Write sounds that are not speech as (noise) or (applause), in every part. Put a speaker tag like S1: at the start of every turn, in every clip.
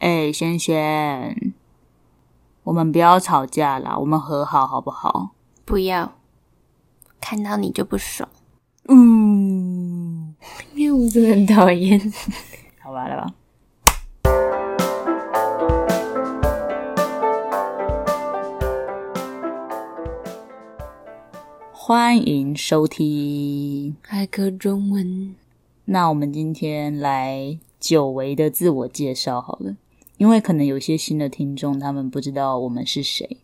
S1: 喂，轩轩，哎我们不要吵架啦，我们和好好不好？
S2: 不要，看到你就不爽，
S1: 嗯，
S2: 因为我真的很讨厌。
S1: (laughs) 好吧，来吧。欢迎收听。
S2: 还个中文，
S1: 那我们今天来久违的自我介绍好了，因为可能有些新的听众他们不知道我们是谁。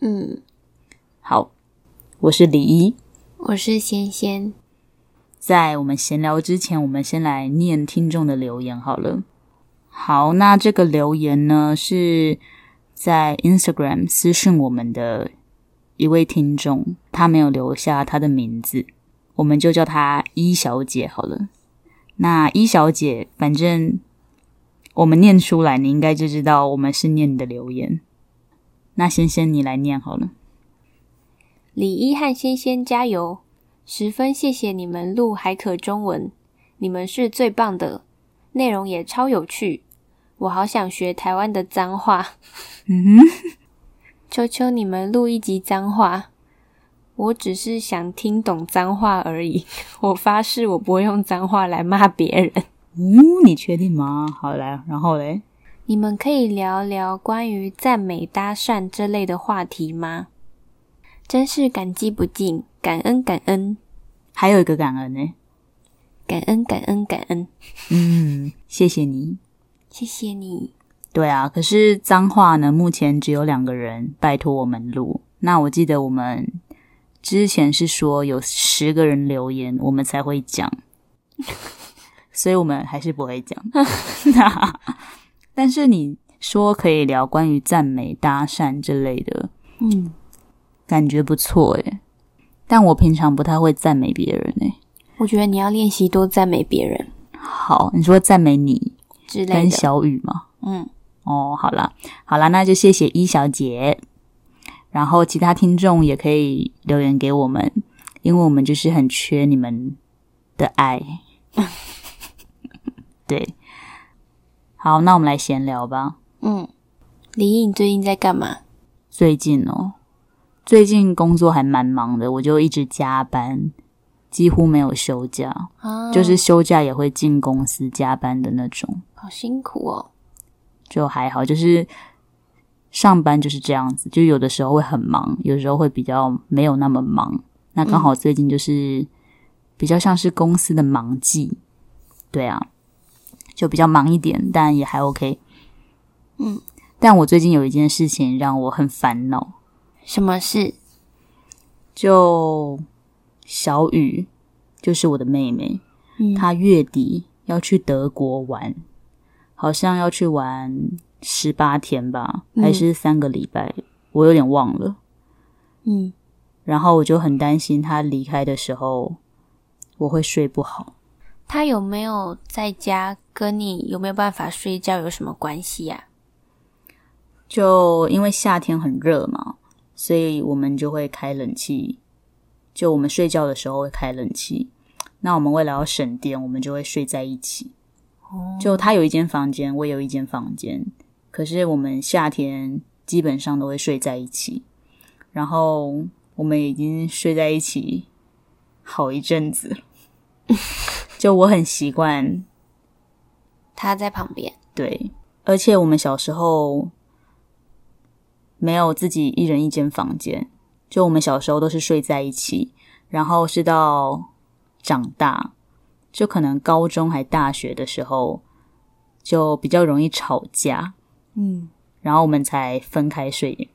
S2: 嗯，
S1: 好，我是李一。
S2: 我是仙仙，
S1: 在我们闲聊之前，我们先来念听众的留言好了。好，那这个留言呢是在 Instagram 私讯我们的一位听众，他没有留下他的名字，我们就叫她一小姐好了。那一小姐，反正我们念出来，你应该就知道我们是念你的留言。那先先你来念好了。
S2: 李一和仙仙加油！十分谢谢你们录海可中文，你们是最棒的，内容也超有趣，我好想学台湾的脏话，
S1: 嗯哼，
S2: 求求你们录一集脏话。我只是想听懂脏话而已，我发誓我不会用脏话来骂别人。
S1: 嗯，你确定吗？好来，然后嘞，
S2: 你们可以聊聊关于赞美、搭讪这类的话题吗？真是感激不尽，感恩感恩
S1: 还有一个感恩呢、欸
S2: (laughs) 感恩感恩感恩，
S1: 嗯，谢谢你。
S2: 谢谢你。
S1: 对啊，可是脏话呢，目前只有两个人拜托我们录。那我记得我们之前是说有十个人留言，我们才会
S2: (laughs)
S1: 讲，所以我们还是不会讲。但是你说可以聊关于赞美、搭讪之类的，
S2: 嗯，
S1: 感觉不错诶。但我平常不太会赞美别人欸诶。
S2: 我觉得你要练习多赞美别人
S1: 好，你说赞美你
S2: 之类
S1: 跟
S2: 的。
S1: 小雨吗？
S2: 嗯，
S1: 哦，好啦，好啦，那就谢谢一小姐。然后其他听众也可以留言给我们，因为我们就是很缺你们的爱。对，好，那我们来闲聊吧。
S2: 嗯，李颖最近在干嘛？
S1: 最近哦，最近工作还蛮忙的，我就一直加班，几乎没有休假，
S2: 啊
S1: 就是休假也会进公司加班的那种，
S2: 好辛苦哦。
S1: 就还好，就是上班就是这样子，就有的时候会很忙，有时候会比较没有那么忙。那刚好最近就是比较像是公司的忙季，对啊，就比较忙一点，但也还 OK。
S2: 嗯，
S1: 但我最近有一件事情让我很烦恼，
S2: 什么事？
S1: 就小雨，就是我的妹妹，
S2: 嗯，
S1: 她月底要去德国玩，好像要去玩十八天吧，
S2: 嗯
S1: 还是三个礼拜，我有点忘了。
S2: 嗯，
S1: 然后我就很担心她离开的时候我会睡不好。
S2: 他有没有在家？跟你有没有办法睡觉有什么关系啊呀、
S1: 就因为夏天很热嘛，所以我们就会开冷气。就我们睡觉的时候会开冷气，那我们为了要省电，我们就会睡在一起。
S2: 哦
S1: 就他有一间房间，我也有一间房间，可是我们夏天基本上都会睡在一起。然后我们已经睡在一起好一阵子了，就我很习惯
S2: 他在旁边。
S1: 对，而且我们小时候没有自己一人一间房间，就我们小时候都是睡在一起，然后是到长大，就可能高中还大学的时候，就比较容易吵架，
S2: 嗯
S1: 然后我们才分开睡。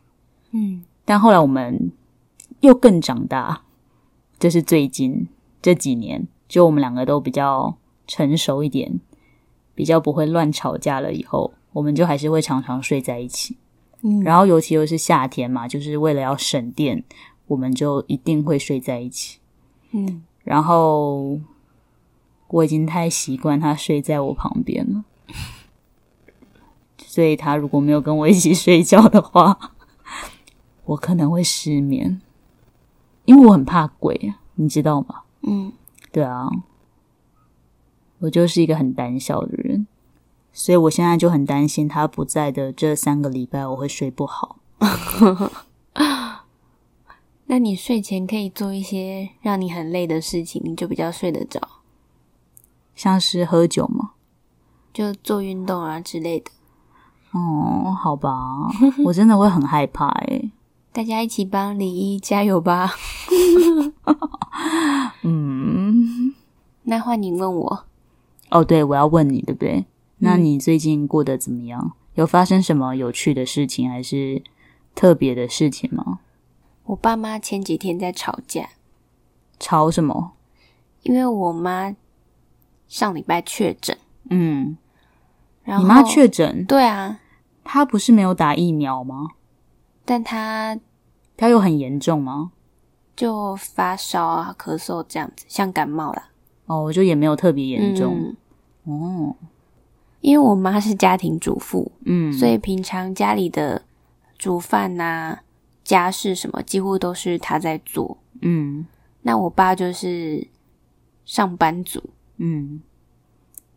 S2: 嗯，
S1: 但后来我们又更长大，就是最近这几年，就我们两个都比较成熟一点，比较不会乱吵架了。以后我们就还是会常常睡在一起。
S2: 嗯
S1: 然后尤其又是夏天嘛，就是为了要省电，我们就一定会睡在一起。
S2: 嗯，
S1: 然后我已经太习惯他睡在我旁边了， (laughs) 所以他如果没有跟我一起睡觉的话， (laughs) 我可能会失眠，因为我很怕鬼，啊你知道吗？
S2: 嗯，
S1: 对啊，我就是一个很胆小的人，所以我现在就很担心他不在的这三个礼拜我会睡不好。
S2: 那你睡前可以做一些让你很累的事情，你就比较睡得着，
S1: 像是喝酒吗？
S2: 就做运动啊之类的。
S1: 哦，好吧，我真的会很害怕欸诶、
S2: 大家一起帮李一加油吧！
S1: (laughs) 嗯，
S2: 那换你问我，
S1: 哦，对，我要问你，对不对？那
S2: 嗯
S1: 你最近过得怎么样？有发生什么有趣的事情还是特别的事情吗？
S2: 我爸妈前几天在吵架，
S1: 吵什么？
S2: 因为我妈上礼拜确诊，
S1: 嗯，
S2: 然后
S1: 你妈确诊，
S2: 对啊，
S1: 她不是没有打疫苗吗？
S2: 但她
S1: 她有很严重吗？
S2: 就发烧啊、咳嗽这样子，像感冒啦，
S1: 哦，我就也没有特别严重。
S2: 嗯
S1: 哦，
S2: 因为我妈是家庭主妇，
S1: 嗯，
S2: 所以平常家里的煮饭呐、家事什么，几乎都是她在做。
S1: 嗯
S2: 那我爸就是上班族，
S1: 嗯，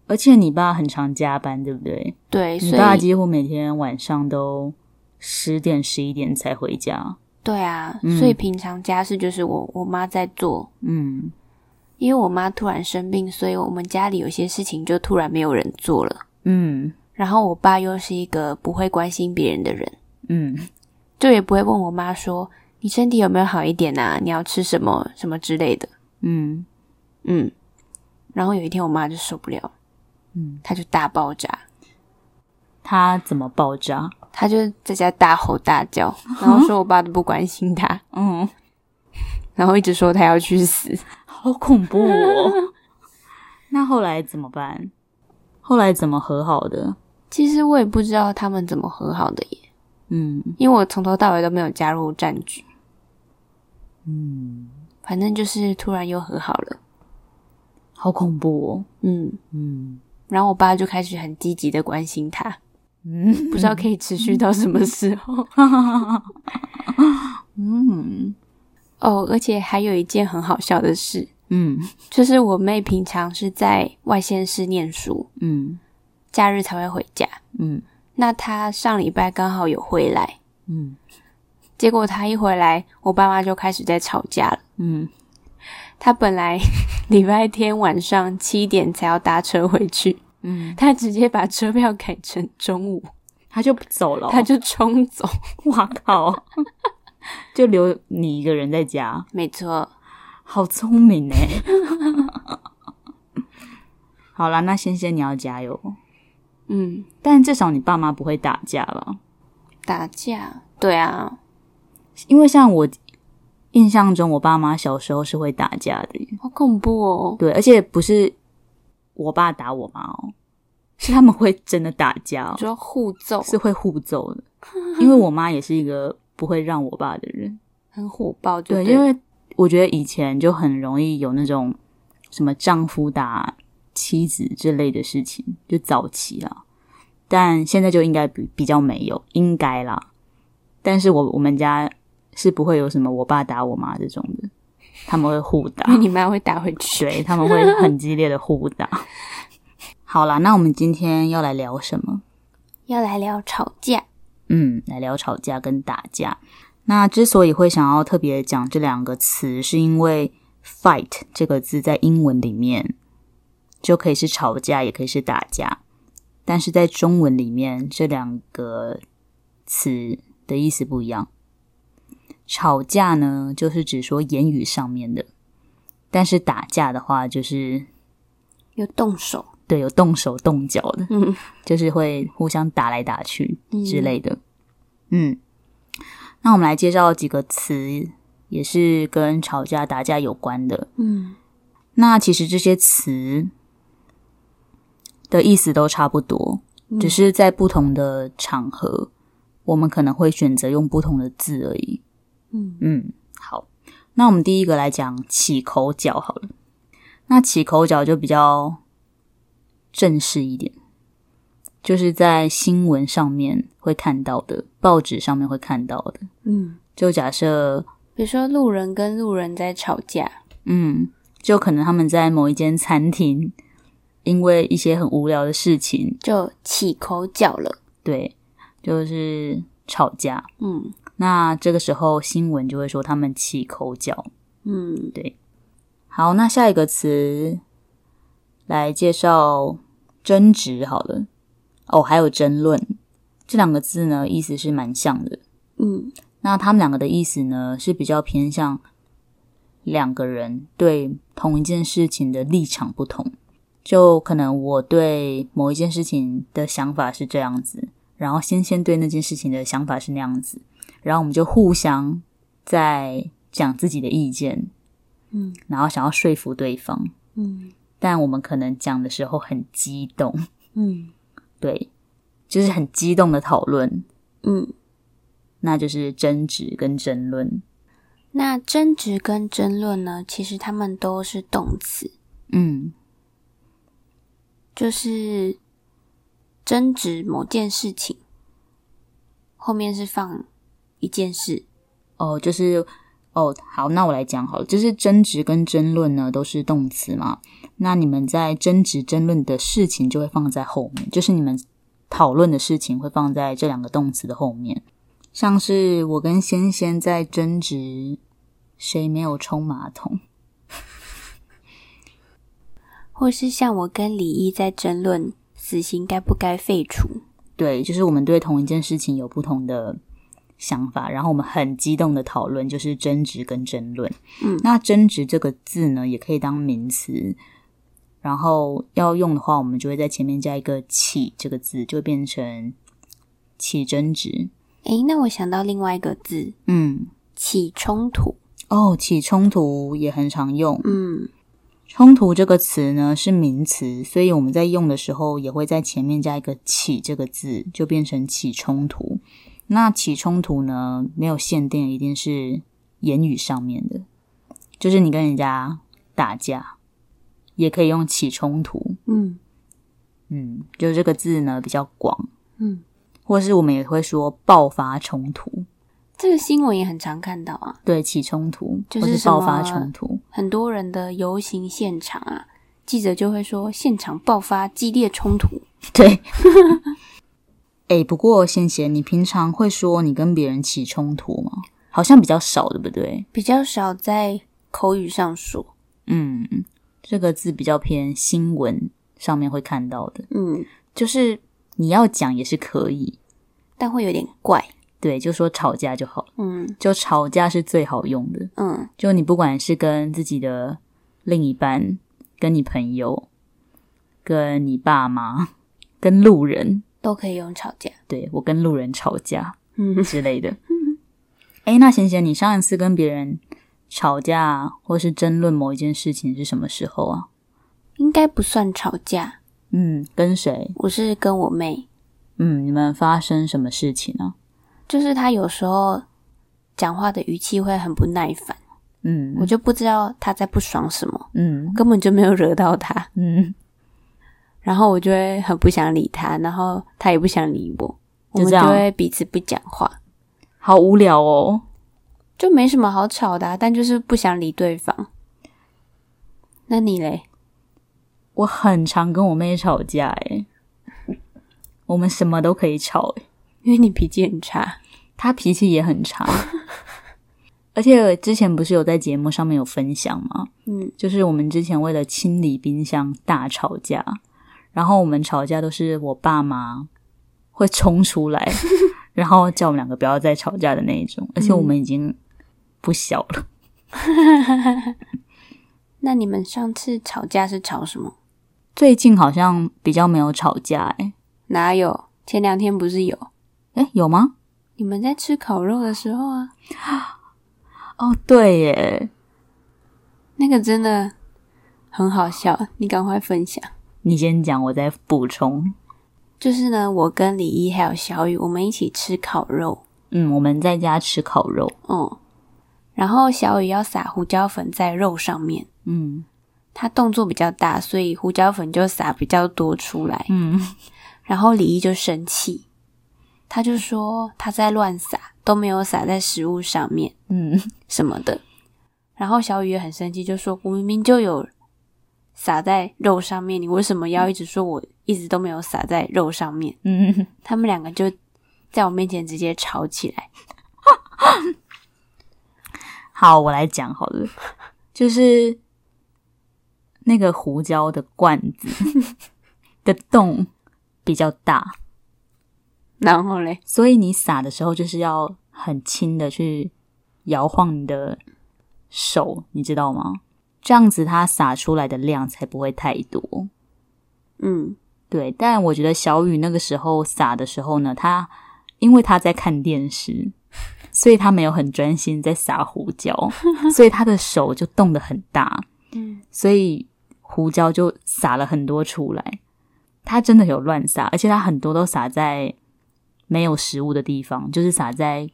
S1: 而且你爸很常加班，对不对？
S2: 对，
S1: 你
S2: 所
S1: 爸
S2: 以
S1: 几乎每天晚上都十点十一点才回家。
S2: 对啊，
S1: 嗯
S2: 所以平常家事就是我我妈在做。
S1: 嗯，
S2: 因为我妈突然生病，所以我们家里有些事情就突然没有人做了。
S1: 嗯
S2: 然后我爸又是一个不会关心别人的人，
S1: 嗯
S2: 就也不会问我妈说你身体有没有好一点啊，你要吃什么什么之类的。
S1: 嗯，
S2: 嗯，然后有一天我妈就受不了，
S1: 嗯，
S2: 她就大爆炸，
S1: 他怎么爆炸？
S2: 她就在家大吼大
S1: (laughs)
S2: 叫，然后说我爸都不关心她，
S1: 嗯，
S2: 然后一直说她要去死。
S1: 好恐怖哦！ (laughs) 那后来怎么办？后来怎么和好的？
S2: 其实我也不知道他们怎么和好的耶，
S1: 嗯
S2: 因为我从头到尾都没有加入战局，
S1: 嗯，
S2: 反正就是突然又和好了。
S1: 好恐怖哦！
S2: 嗯，
S1: 嗯
S2: 然后我爸就开始很积极的关心她，
S1: 嗯
S2: 不知道可以持续到什么时候。
S1: (laughs) 嗯
S2: 哦，而且还有一件很好笑的事，
S1: 嗯
S2: 就是我妹平常是在外县市念书，
S1: 嗯
S2: 假日才会回家。
S1: 嗯
S2: 那她上礼拜刚好有回来，
S1: 嗯
S2: 结果她一回来，我爸妈就开始在吵架了。
S1: 嗯，
S2: 她本来 (laughs) 礼拜天晚上七点才要搭车回去，
S1: 嗯，
S2: 她直接把车票改成中午，
S1: 他 (laughs) 就不走了哦、
S2: 她就冲走。
S1: 哇靠，就留你一个人在家，
S2: 没错，
S1: 好聪明哎！ (laughs) 好啦，那仙仙你要加油，
S2: 嗯，
S1: 但至少你爸妈不会打架了，
S2: 打架，对啊，
S1: 因为像我印象中，我爸妈小时候是会打架的耶，
S2: 好恐怖哦。
S1: 对，而且不是我爸打我妈哦，是他们会真的打架、哦，
S2: 说互揍
S1: 是会互揍的，因为我妈也是一个不会让我爸的人。
S2: 很火爆就
S1: 对，
S2: 对，
S1: 因为我觉得以前就很容易有那种什么丈夫打妻子之类的事情，就早期啦。但现在就应该比比较没有，应该啦。但是我我们家是不会有什么我爸打我妈这种的，他们会互打
S2: 因， (laughs) 为你妈会打回去。
S1: 对他们会很激烈的互打。好啦，那我们今天要来聊什么？
S2: 要来聊吵架，
S1: 嗯，来聊吵架跟打架。那之所以会想要特别讲这两个词，是因为 “fight” 这个字在英文里面就可以是吵架，也可以是打架，但是在中文里面这两个词的意思不一样。吵架呢，就是指说言语上面的；但是打架的话，就是
S2: 有动手，
S1: 对，有动手动脚的，
S2: (laughs) 嗯，
S1: 就是会互相打来打去
S2: 嗯
S1: 之类的。嗯那我们来介绍几个词，也是跟吵架、打架有关的。
S2: 嗯
S1: 那其实这些词的意思都差不多，
S2: 嗯
S1: 只是在不同的场合，我们可能会选择用不同的字而已。
S2: 嗯，
S1: 嗯，好，那我们第一个来讲起口角好了。那起口角就比较正式一点，就是在新闻上面会看到的，报纸上面会看到的。
S2: 嗯，
S1: 就假设，
S2: 比如说路人跟路人在吵架，
S1: 嗯，就可能他们在某一间餐厅，因为一些很无聊的事情，
S2: 就起口角了。
S1: 对，就是吵架。
S2: 嗯
S1: 那这个时候新闻就会说他们起口角。
S2: 嗯，
S1: 好，那下一个词来介绍争执好了。哦，还有争论这两个字呢，意思是蛮像的。
S2: 嗯，
S1: 那他们两个的意思呢，是比较偏向两个人对同一件事情的立场不同。就可能我对某一件事情的想法是这样子，然后仙仙对那件事情的想法是那样子，然后我们就互相在讲自己的意见，
S2: 嗯，
S1: 然后想要说服对方，
S2: 嗯
S1: 但我们可能讲的时候很激动，
S2: 嗯
S1: 对，就是很激动的讨论，
S2: 嗯。
S1: 那就是争执跟争论，
S2: 那争执跟争论呢，其实它们都是动词，
S1: 嗯
S2: 就是争执某件事情，后面是放一件事。
S1: 哦，就是哦，好，那我来讲好了，就是争执跟争论呢都是动词嘛。那你们在争执、争论的事情就会放在后面，就是你们讨论的事情会放在这两个动词的后面。像是我跟仙仙在争执，谁没有冲马桶？
S2: 或是像我跟李毅在争论死刑该不该废除。
S1: 对，就是我们对同一件事情有不同的想法，然后我们很激动的讨论，就是争执跟争论。
S2: 嗯
S1: 那争执这个字呢，也可以当名词，然后要用的话，我们就会在前面加一个“起”这个字，就变成起争执。
S2: 诶，那我想到另外一个字，
S1: 嗯，
S2: 起冲突。
S1: 哦，起冲突也很常用。
S2: 嗯
S1: 冲突这个词呢是名词，所以我们在用的时候也会在前面加一个“起”这个字，就变成起冲突。那起冲突呢，没有限定，一定是言语上面的，就是你跟人家打架，也可以用起冲突。
S2: 嗯
S1: 嗯，就这个字呢比较广，
S2: 嗯，
S1: 或是我们也会说爆发冲突，
S2: 这个新闻也很常看到啊，
S1: 对，起冲突
S2: 就
S1: 或
S2: 是
S1: 是
S2: 什么
S1: 爆发冲突。
S2: 很多人的游行现场啊，记者就会说现场爆发激烈冲突。
S1: (laughs) 对。哎、不过贤贤，你平常会说你跟别人起冲突吗？好像比较少，对不对？
S2: 比较少在口语上说。
S1: 嗯，这个字比较偏新闻上面会看到的，
S2: 嗯，
S1: 就是你要讲也是可以，
S2: 但会有点怪。
S1: 对，就说吵架就好了，
S2: 嗯
S1: 就吵架是最好用的。
S2: 嗯
S1: 就你不管是跟自己的另一半、跟你朋友、跟你爸妈、跟路人，
S2: 都可以用吵架。
S1: 对我跟路人吵架，
S2: 嗯
S1: 之类的。 (laughs) 哎，那贤贤，你上一次跟别人吵架或是争论某一件事情是什么时候啊？
S2: 应该不算吵架。
S1: 嗯，跟谁？
S2: 我是跟我妹，
S1: 嗯，你们发生什么事情啊？
S2: 就是她有时候讲话的语气会很不耐烦，我
S1: 嗯
S2: 就不知道她在不爽什么，
S1: 嗯
S2: 根本就没有惹到她。
S1: 嗯，
S2: 然后我就会很不想理她，然后她也不想理我，我
S1: 就
S2: 们
S1: 这
S2: 就
S1: 样
S2: 会彼此不讲话，
S1: 好无聊哦。
S2: 就没什么好吵的、啊，但就是不想理对方。那你嘞？
S1: 我很常跟我妹吵架，哎，我们什么都可以吵，哎，
S2: 因为你脾气很差，
S1: 她脾气也很差。 (laughs) 而且之前不是有在节目上面有分享吗？
S2: 嗯，
S1: 就是我们之前为了清理冰箱大吵架，然后我们吵架都是我爸妈会冲出 (laughs) 来，然后叫我们两个不要再吵架的那一种，而且我们已经不小了。
S2: 那你们上次吵架是吵什么？
S1: 最近好像比较没有吵架、欸，
S2: 哪有？前两天不是有？
S1: 诶诶，有吗？
S2: 你们在吃烤肉的时候啊，
S1: 哦，对耶，
S2: 那个真的很好笑，你赶快分享。
S1: 你先讲，我再补充。
S2: 就是呢，我跟李一还有小雨，我们一起吃烤肉，
S1: 嗯，我们在家吃烤肉，
S2: 嗯，然后小雨要撒胡椒粉在肉上面，
S1: 嗯
S2: 他动作比较大，所以胡椒粉就撒比较多出来，
S1: 嗯，
S2: 然后李一就生气，他就说他在乱撒，都没有撒在食物上面。
S1: 嗯
S2: 什么的。然后小雨也很生气，就说：“我明明就有撒在肉上面，你为什么要一直说我一直都没有撒在肉上面？
S1: 嗯，
S2: 他们两个就在我面前直接吵起来。
S1: 好，我来讲好了，就是那个胡椒的罐子的洞比较大，
S2: 然后嘞，
S1: 所以你撒的时候就是要很轻的去摇晃你的手，你知道吗？这样子它撒出来的量才不会太多。
S2: 嗯，
S1: 对，但我觉得小雨那个时候撒的时候呢，他因为他在看电视，所以他没有很专心在撒胡椒，所以他的手就动得很大，
S2: 嗯，
S1: 所以胡椒就撒了很多出来。他真的有乱撒，而且他很多都撒在没有食物的地方，就是撒在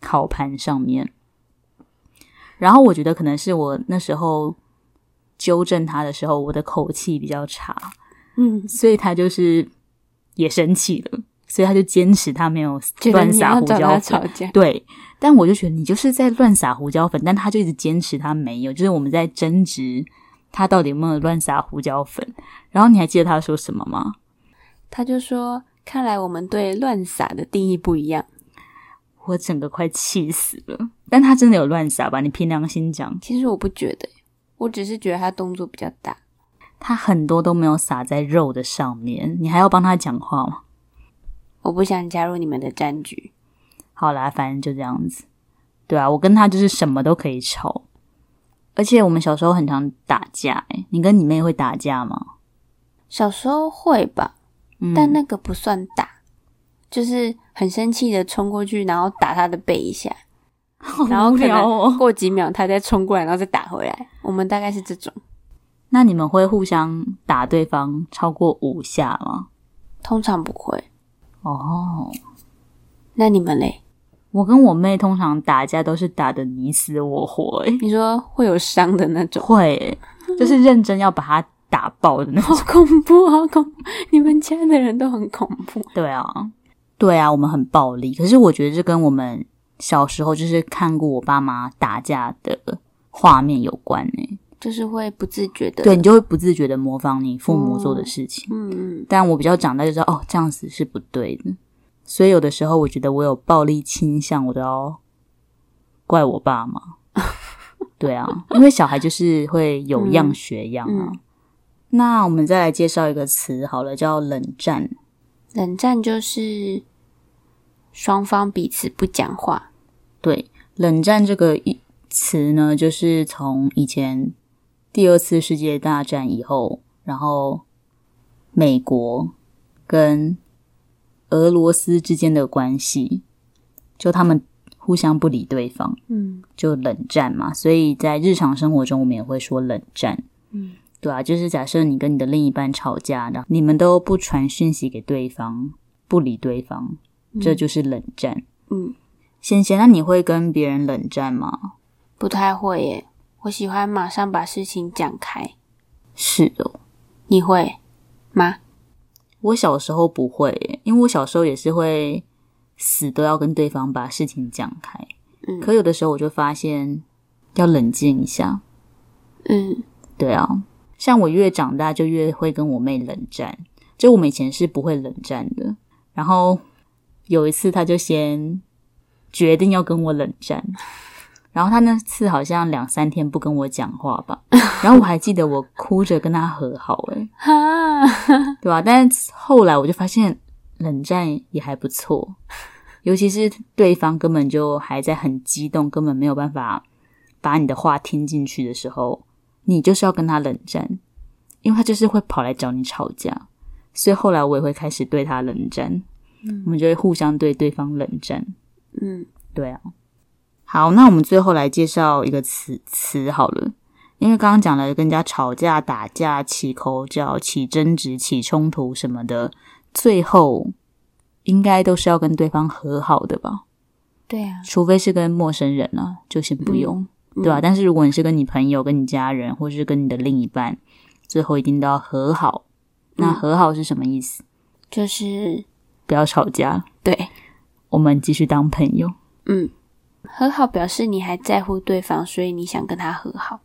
S1: 烤盘上面。然后我觉得可能是我那时候纠正他的时候，我的口气比较差，
S2: 嗯，
S1: 所以他就是也生气了，所以他就坚持他没有
S2: 觉得
S1: 乱
S2: 你
S1: 撒
S2: 要
S1: 胡
S2: 找
S1: 椒
S2: 他
S1: 粉
S2: 吵。架，
S1: 对，但我就觉得你就是在乱撒胡椒粉，但他就一直坚持他没有，就是我们在争执他到底有没有乱撒胡椒粉。然后你还记得他说什么吗？
S2: 他就说：“看来我们对乱撒的定义不一样。
S1: 我整个快气死了！但他真的有乱撒吧？你凭良心讲，”
S2: 其实我不觉得，我只是觉得他动作比较大。
S1: 他很多都没有撒在肉的上面，你还要帮他讲话吗？
S2: 我不想加入你们的战局。
S1: 好啦，反正就这样子。对啊，我跟他就是什么都可以吵，而且我们小时候很常打架、欸。你跟你妹会打架吗？ (laughs)
S2: 小时候会吧，
S1: 嗯
S2: 但那个不算打，就是很生气的冲过去，然后打他的背一下，然后
S1: 无
S2: 可
S1: 聊
S2: 能
S1: 哦。
S2: 过几秒他再冲过来，然后再打回来。我们大概是这种，
S1: 那你们会互相打对方超过五下吗？
S2: 通常不会。
S1: 哦，
S2: 那你们嘞？
S1: 我跟我妹通常打架都是打的你死我活、欸，
S2: 你说会有伤的那种， (laughs)
S1: 会、欸就是认真要把她打爆的那种。 (laughs)
S2: 好恐怖，好恐怖！你们家的人都很恐怖。
S1: 对啊，对啊，我们很暴力。可是我觉得这跟我们小时候就是看过我爸妈打架的画面有关诶、
S2: 就是会不自觉的。
S1: 对，你就会不自觉的模仿你父母做的事情。
S2: 嗯，嗯，
S1: 但我比较长大就知道，哦，这样子是不对的。所以有的时候我觉得我有暴力倾向，我都要怪我爸妈。对啊，因为小孩就是会有样学样啊。
S2: 嗯
S1: 那我们再来介绍一个词好了，叫冷战。
S2: 冷战就是双方彼此不讲话。
S1: 对，冷战这个一词呢，就是从以前第二次世界大战以后，然后美国跟俄罗斯之间的关系，就他们互相不理对方，
S2: 嗯
S1: 就冷战嘛。所以在日常生活中，我们也会说冷战。
S2: 嗯，
S1: 对啊，就是假设你跟你的另一半吵架，然后你们都不传讯息给对方，不理对方，这就是冷战。
S2: 嗯，
S1: 贤贤，那你会跟别人冷战吗？
S2: 不太会耶。我喜欢马上把事情讲开。
S1: 是哦，
S2: 你会吗？
S1: 我小时候不会耶，因为我小时候也是会死都要跟对方把事情讲开。
S2: 嗯
S1: 可有的时候我就发现要冷静一下。
S2: 嗯，
S1: 对啊，像我越长大就越会跟我妹冷战，就我们以前是不会冷战的。然后有一次，她就先决定要跟我冷战，然后她那次好像两三天不跟我讲话吧，然后我还记得我哭着跟她和好、欸，诶，
S2: 哈，
S1: 对吧、但是后来我就发现冷战也还不错，尤其是对方根本就还在很激动，根本没有办法把你的话听进去的时候，你就是要跟他冷战，因为他就是会跑来找你吵架。所以后来我也会开始对他冷战，我们就会互相对对方冷战。
S2: 嗯，
S1: 对啊。好，那我们最后来介绍一个词词好了，因为刚刚讲了跟人家吵架、打架、起口角、起争执、起冲突什么的，最后应该都是要跟对方和好的吧？
S2: 对啊，
S1: 除非是跟陌生人啊，就先不用，对吧、
S2: 嗯
S1: 但是如果你是跟你朋友、跟你家人，或是跟你的另一半，最后一定都要和好。那
S2: 嗯
S1: 和好是什么意思？
S2: 就是
S1: 不要吵架，
S2: 对，
S1: 我们继续当朋友。
S2: 嗯，和好表示你还在乎对方，所以你想跟他和好。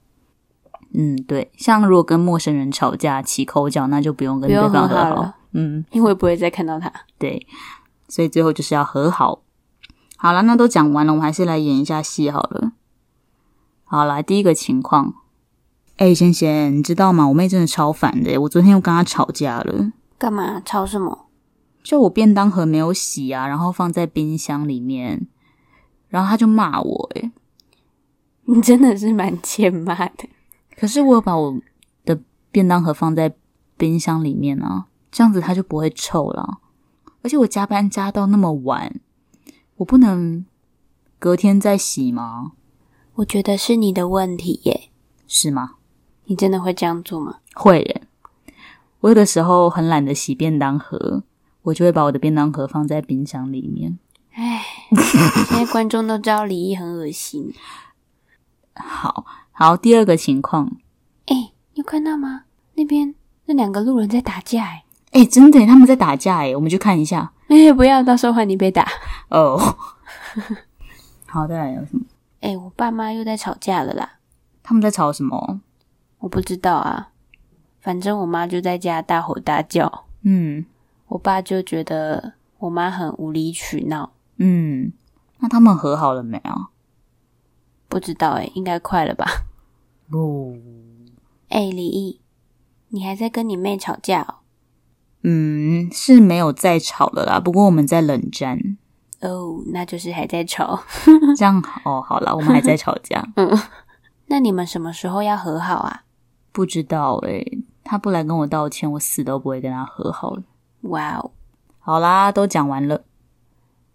S1: 嗯，对，像如果跟陌生人吵架起口角，那就不用跟
S2: 不
S1: 对
S2: 用
S1: 方
S2: 和
S1: 和
S2: 好
S1: 好
S2: 了。
S1: 嗯，
S2: 因为不会再看到他。
S1: 对，所以最后就是要和好。好了，那都讲完了，我们还是来演一下戏好了。好来第一个情况，哎、贤贤，你知道吗？我妹真的超烦的，我昨天又跟她吵架了。
S2: 干嘛？吵什么？
S1: 就我便当盒没有洗啊，然后放在冰箱里面，然后她就骂我，哎，
S2: 你 (laughs) 真的是蛮欠骂的。
S1: 可是我有把我的便当盒放在冰箱里面啊，这样子它就不会臭了。而且我加班加到那么晚，我不能隔天再洗吗？
S2: 我觉得是你的问题耶。
S1: 是吗？
S2: 你真的会这样做吗？
S1: 会耶。我有的时候很懒得洗便当盒，我就会把我的便当盒放在冰箱里面。
S2: 现在观众都知道李毅很恶 (laughs) 心。
S1: 好好，第二个情况，
S2: 哎、你有看到吗？那边那两个路人在打架哎。
S1: 哎，真的耶，他们在打架哎，我们去看一下。
S2: (laughs) 哎、不要，到时候换你被打。
S1: 哦， (laughs) 好的，再来有什么？
S2: 哎、我爸妈又在吵架了啦。
S1: 他们在吵什么？
S2: 我不知道啊，反正我妈就在家大吼大叫，
S1: 嗯。
S2: 我爸就觉得我妈很无理取闹。
S1: 嗯，那他们和好了没啊？
S2: 不知道哎、应该快了吧？
S1: 不，
S2: (laughs) 哎、李毅，你还在跟你妹吵架哦？
S1: 嗯，是没有再吵了啦。不过我们在冷战，
S2: 哦，那就是还在吵。
S1: 这样哦，好啦，我们还在吵架。
S2: (laughs) 那你们什么时候要和好啊？
S1: 不知道诶、他不来跟我道歉，我死都不会跟他和好了。
S2: 哇哦，
S1: 好啦，都讲完了。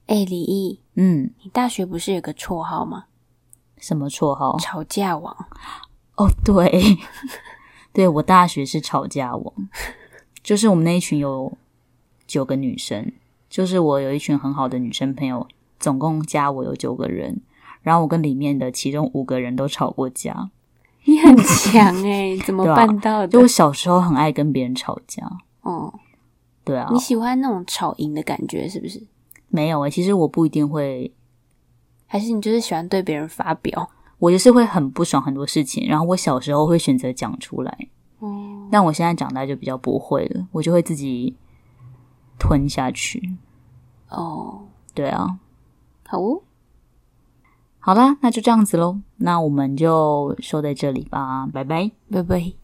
S2: 哎，李毅，
S1: 嗯，
S2: 你大学不是有个绰号吗？
S1: 什么绰号？
S2: 吵架王。 (laughs)
S1: 哦，对， (laughs) 对我大学是吵架王，就是我们那一群有九个女生，就是我有一群很好的女生朋友，总共加我有九个人，然后我跟里面的其中五个人都吵过架。
S2: 你很强哎、怎
S1: (laughs)
S2: 么
S1: 对啊
S2: 办到的
S1: 就？我小时候很爱跟别人吵架，
S2: 哦，
S1: 对啊
S2: 你，喜欢那种吵赢的感觉是不是？
S1: 没有诶、欸其实我不一定会，
S2: 还是你就是喜欢对别人发表？
S1: 我就是会很不爽很多事情，然后我小时候会选择讲出来，
S2: 哦，
S1: 但我现在长大就比较不会了，我就会自己吞下去。
S2: 哦，
S1: 对啊，
S2: 好哦。
S1: 好啦，那就这样子喽，那我们就说在这里吧，拜拜。
S2: 拜拜。